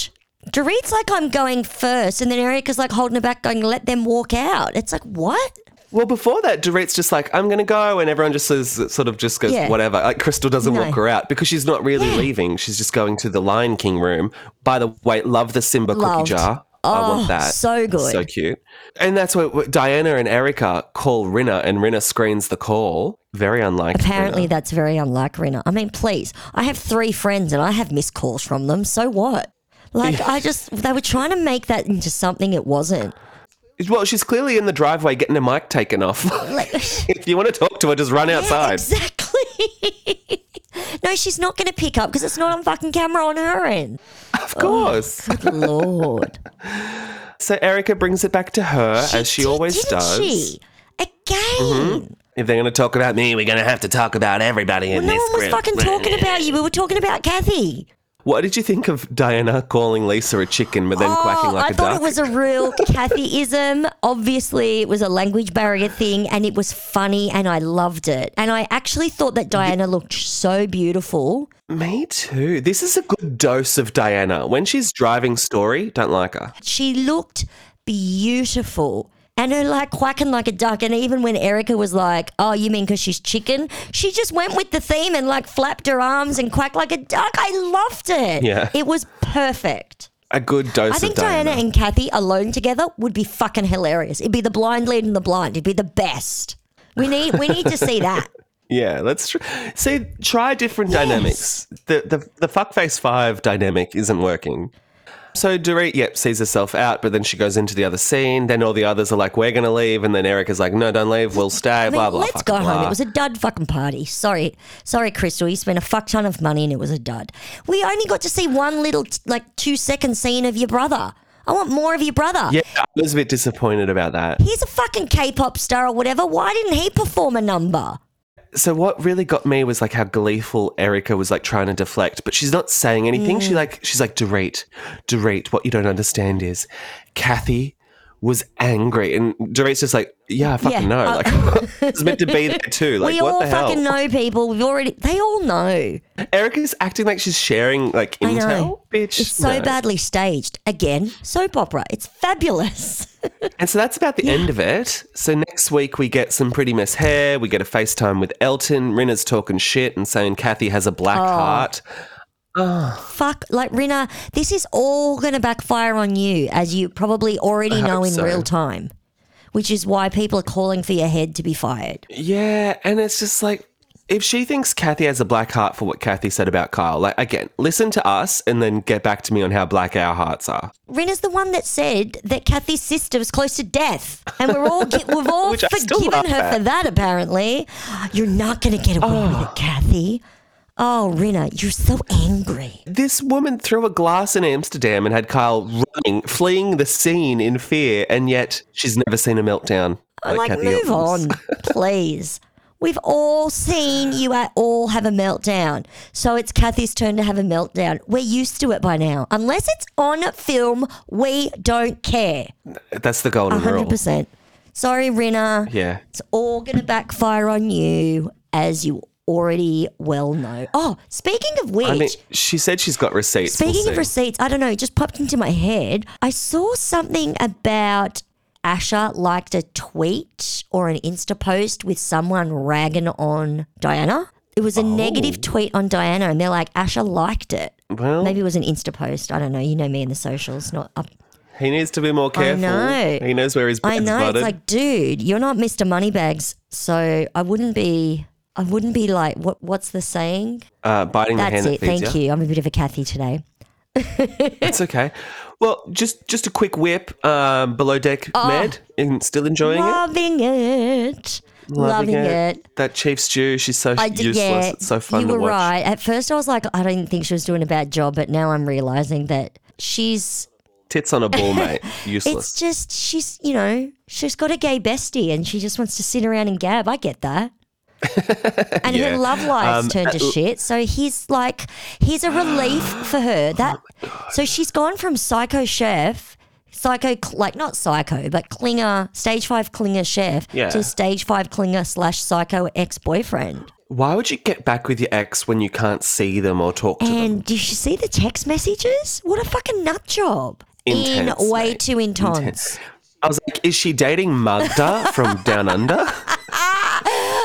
strange. Dorit's like, I'm going first, and then Erica's like holding her back, going, "Let them walk out." It's like, what? Well, before that, Dorit's just like, I'm going to go. And everyone just says, sort of just goes, Yeah. whatever. Like, Crystal doesn't No. walk her out because she's not really leaving. She's just going to the Lion King room. By the way, love the Simba Loved. cookie jar. I Oh, want that. so good. So cute. And that's what what Diana and Erica call Rinna, and Rinna screens the call. Very unlike Apparently, Rinna. that's very unlike Rena. I mean, please, I have three friends and I have missed calls from them. So what? Like, I just, they were trying to make that into something it wasn't. Well, she's clearly in the driveway getting her mic taken off. if you want to talk to her, just run outside. Exactly. no, she's not going to pick up because it's not on fucking camera on her end. Of course. Good Lord. So Erica brings it back to her, Uh, as she did, always didn't does. Mm-hmm. She? Again. If they're going to talk about me, we're going to have to talk about everybody in No this one was group. fucking talking about you. We were talking about Kathy. What did you think of Diana calling Lisa a chicken, but then quacking Oh, like I a thought duck? it was a real Kathyism. Obviously, it was a language barrier thing, and it was funny, and I loved it. And I actually thought that Diana looked so beautiful. Me too. This is a good dose of Diana. When she's driving story, don't like her. She looked beautiful. And her like quacking like a duck. And even when Erica was like, oh, you mean because she's chicken? She just went with the theme and like flapped her arms and quacked like a duck. I loved it. Yeah. It was perfect. A good dose I think of Diana. Diana. and Kathy alone together would be fucking hilarious. It'd be the blind leading the blind. It'd be the best. We need we need to see that. yeah, let's tr- see. Try different dynamics. The the the fuckface five dynamic isn't working. So Dorit, yep, sees herself out, but then she goes into the other scene. Then all the others are like, "We're gonna leave," and then Erica's like, "No, don't leave. We'll stay." I mean, blah blah. let's fucking go blah. home. It was a dud fucking party. Sorry, sorry, Crystal. You spent a fuck ton of money and it was a dud. We only got to see one little t- like two second scene of your brother. I want more of your brother. Yeah, I was a bit disappointed about that. He's a fucking K-pop star or whatever. Why didn't he perform a number? So what really got me was like how gleeful Erica was like trying to deflect, but she's not saying anything. She like she's like Dorit, Dorit. What you don't understand is, Kathy was angry, and Dorit's just like, yeah, I fucking Yeah, know. I- Like it's meant to be there too. Like we what all the hell? fucking know people. We've already. They all know. Erica's acting like she's sharing like I intel, know. bitch. It's so No. badly staged. Again, soap opera. It's fabulous. And so that's about the end of it. So next week we get some pretty mess hair. We get a FaceTime with Elton. Rinna's talking shit and saying Kathy has a Oh. black heart. fuck like Rina, this is all going to backfire on you as you probably already know hope in so. real time. Which is why people are calling for your head to be fired. Yeah, and it's just like if she thinks Kathy has a black heart for what Kathy said about Kyle, like again, listen to us and then get back to me on how black our hearts are. Rena's the one that said that Kathy's sister was close to death, and we're all gi- we've all Which I still laugh forgiven her for at. that. Apparently, you're not going to get away with it, Kathy. Oh, Rena, you're so angry. This woman threw a glass in Amsterdam and had Kyle running, fleeing the scene in fear, and yet she's never seen a meltdown. Like, Kathy move Hilton's. on, please. We've all seen you at all have a meltdown. So it's Kathy's turn to have a meltdown. We're used to it by now. Unless it's on film, we don't care. That's the golden rule. 100%. Sorry, Rena. Yeah. It's all going to backfire on you, as you already well know. Oh, speaking of which, I mean, she said she's got receipts. We'll speaking of see. receipts, I don't know, it just popped into my head. I saw something about Asha liked a tweet or an Insta post with someone ragging on Diana. It was a Oh. negative tweet on Diana, and they're like, Asha liked it. well, Maybe it was an Insta post. I don't know. You know me and the socials, not up he needs to be more careful. know. He knows where his I bread's know. buttered. It's like, dude, you're not Mr. Moneybags, so I wouldn't be. I wouldn't be like, what? What's the saying? uh, biting the That's hand it. that feeds Thank you. I'm a bit of a Kathy today. It's okay. Well, just just a quick whip. Um, below deck Oh. Med, and still enjoying it. Loving it. Loving, it. That chief stew, she's so I did, useless. yeah, it's so fun you to were watch. right. At first, I was like, I didn't think she was doing a bad job, but now I'm realizing that she's. Tits on a ball, mate. It's Useless. just she's, you know, she's got a gay bestie, and she just wants to sit around and gab. I get that. and Yeah. her love life's Um, turned to shit. So he's like, he's a relief for Oh her. That so she's gone from psycho chef, psycho cl- like not psycho, but clinger, stage five clinger chef Yeah. to stage five clinger slash psycho ex boyfriend. Why would you get back with your ex when you can't see them or talk to them? And did you see the text messages? What a fucking nut job! Intense, In way mate. too intense. I was like, is she dating Magda from Down Under?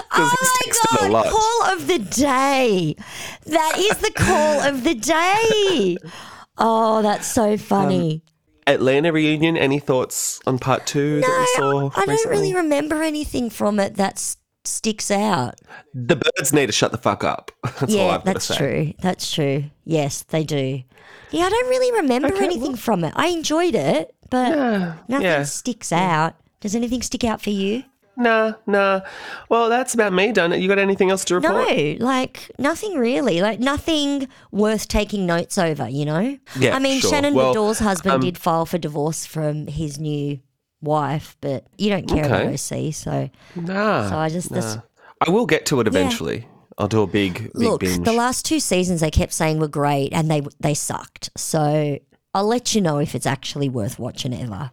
Because he's texted Oh God, a lot. call of the day. That is the call of the day. Oh, that's Um, so funny. Atlanta reunion. Any thoughts on part two that we saw? I don't recently? really remember anything from it that s- sticks out. the birds need to shut the fuck up. That's all yeah, I've got to that's say. true. That's true. Yes, they do. Yeah, I don't really remember anything from it. I enjoyed it, but nothing yeah. sticks out. Does anything stick out for you? Nah, nah. Well, that's about me done. You got anything else to No, report? like nothing really. Like nothing worth taking notes over, you know? Yeah, I mean, sure. Shannon Well, Widor's husband um, did file for divorce from his new wife, but you don't care about Okay. OC, so Nah. So I just- nah. this- I will get to it eventually. I'll do a big, big look, binge. the last two seasons they kept saying were great and they they sucked. So I'll let you know if it's actually worth watching ever.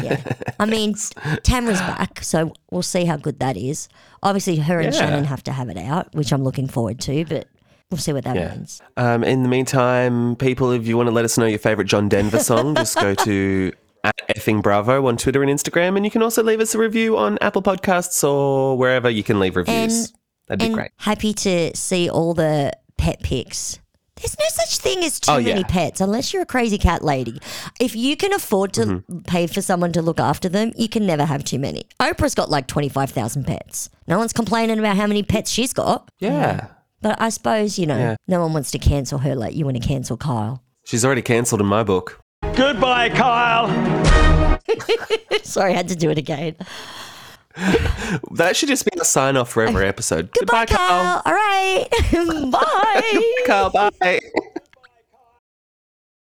Yeah. I mean, Tamra's back, so we'll see how good that is. Obviously, her and Yeah. Shannon have to have it out, which I'm looking forward to, but we'll see what that Yeah. means. Um, in the meantime, people, if you want to let us know your favorite John Denver song, just go to at effing bravo on Twitter and Instagram, and you can also leave us a review on Apple Podcasts or wherever you can leave reviews. And- That'd be and great. happy to see all the pet pics. There's no such thing as too Oh, many yeah. pets unless you're a crazy cat lady. If you can afford to Mm-hmm. pay for someone to look after them, you can never have too many. Oprah's got like 25,000 pets. No one's complaining about how many pets she's got. Yeah. But I suppose, you know, Yeah. no one wants to cancel her like you want to cancel Kyle. She's already cancelled in my book. Goodbye, Kyle. Sorry, I had to do it again. That should just be a sign off for every episode. Goodbye, Kyle. All right. Bye. Kyle. Bye.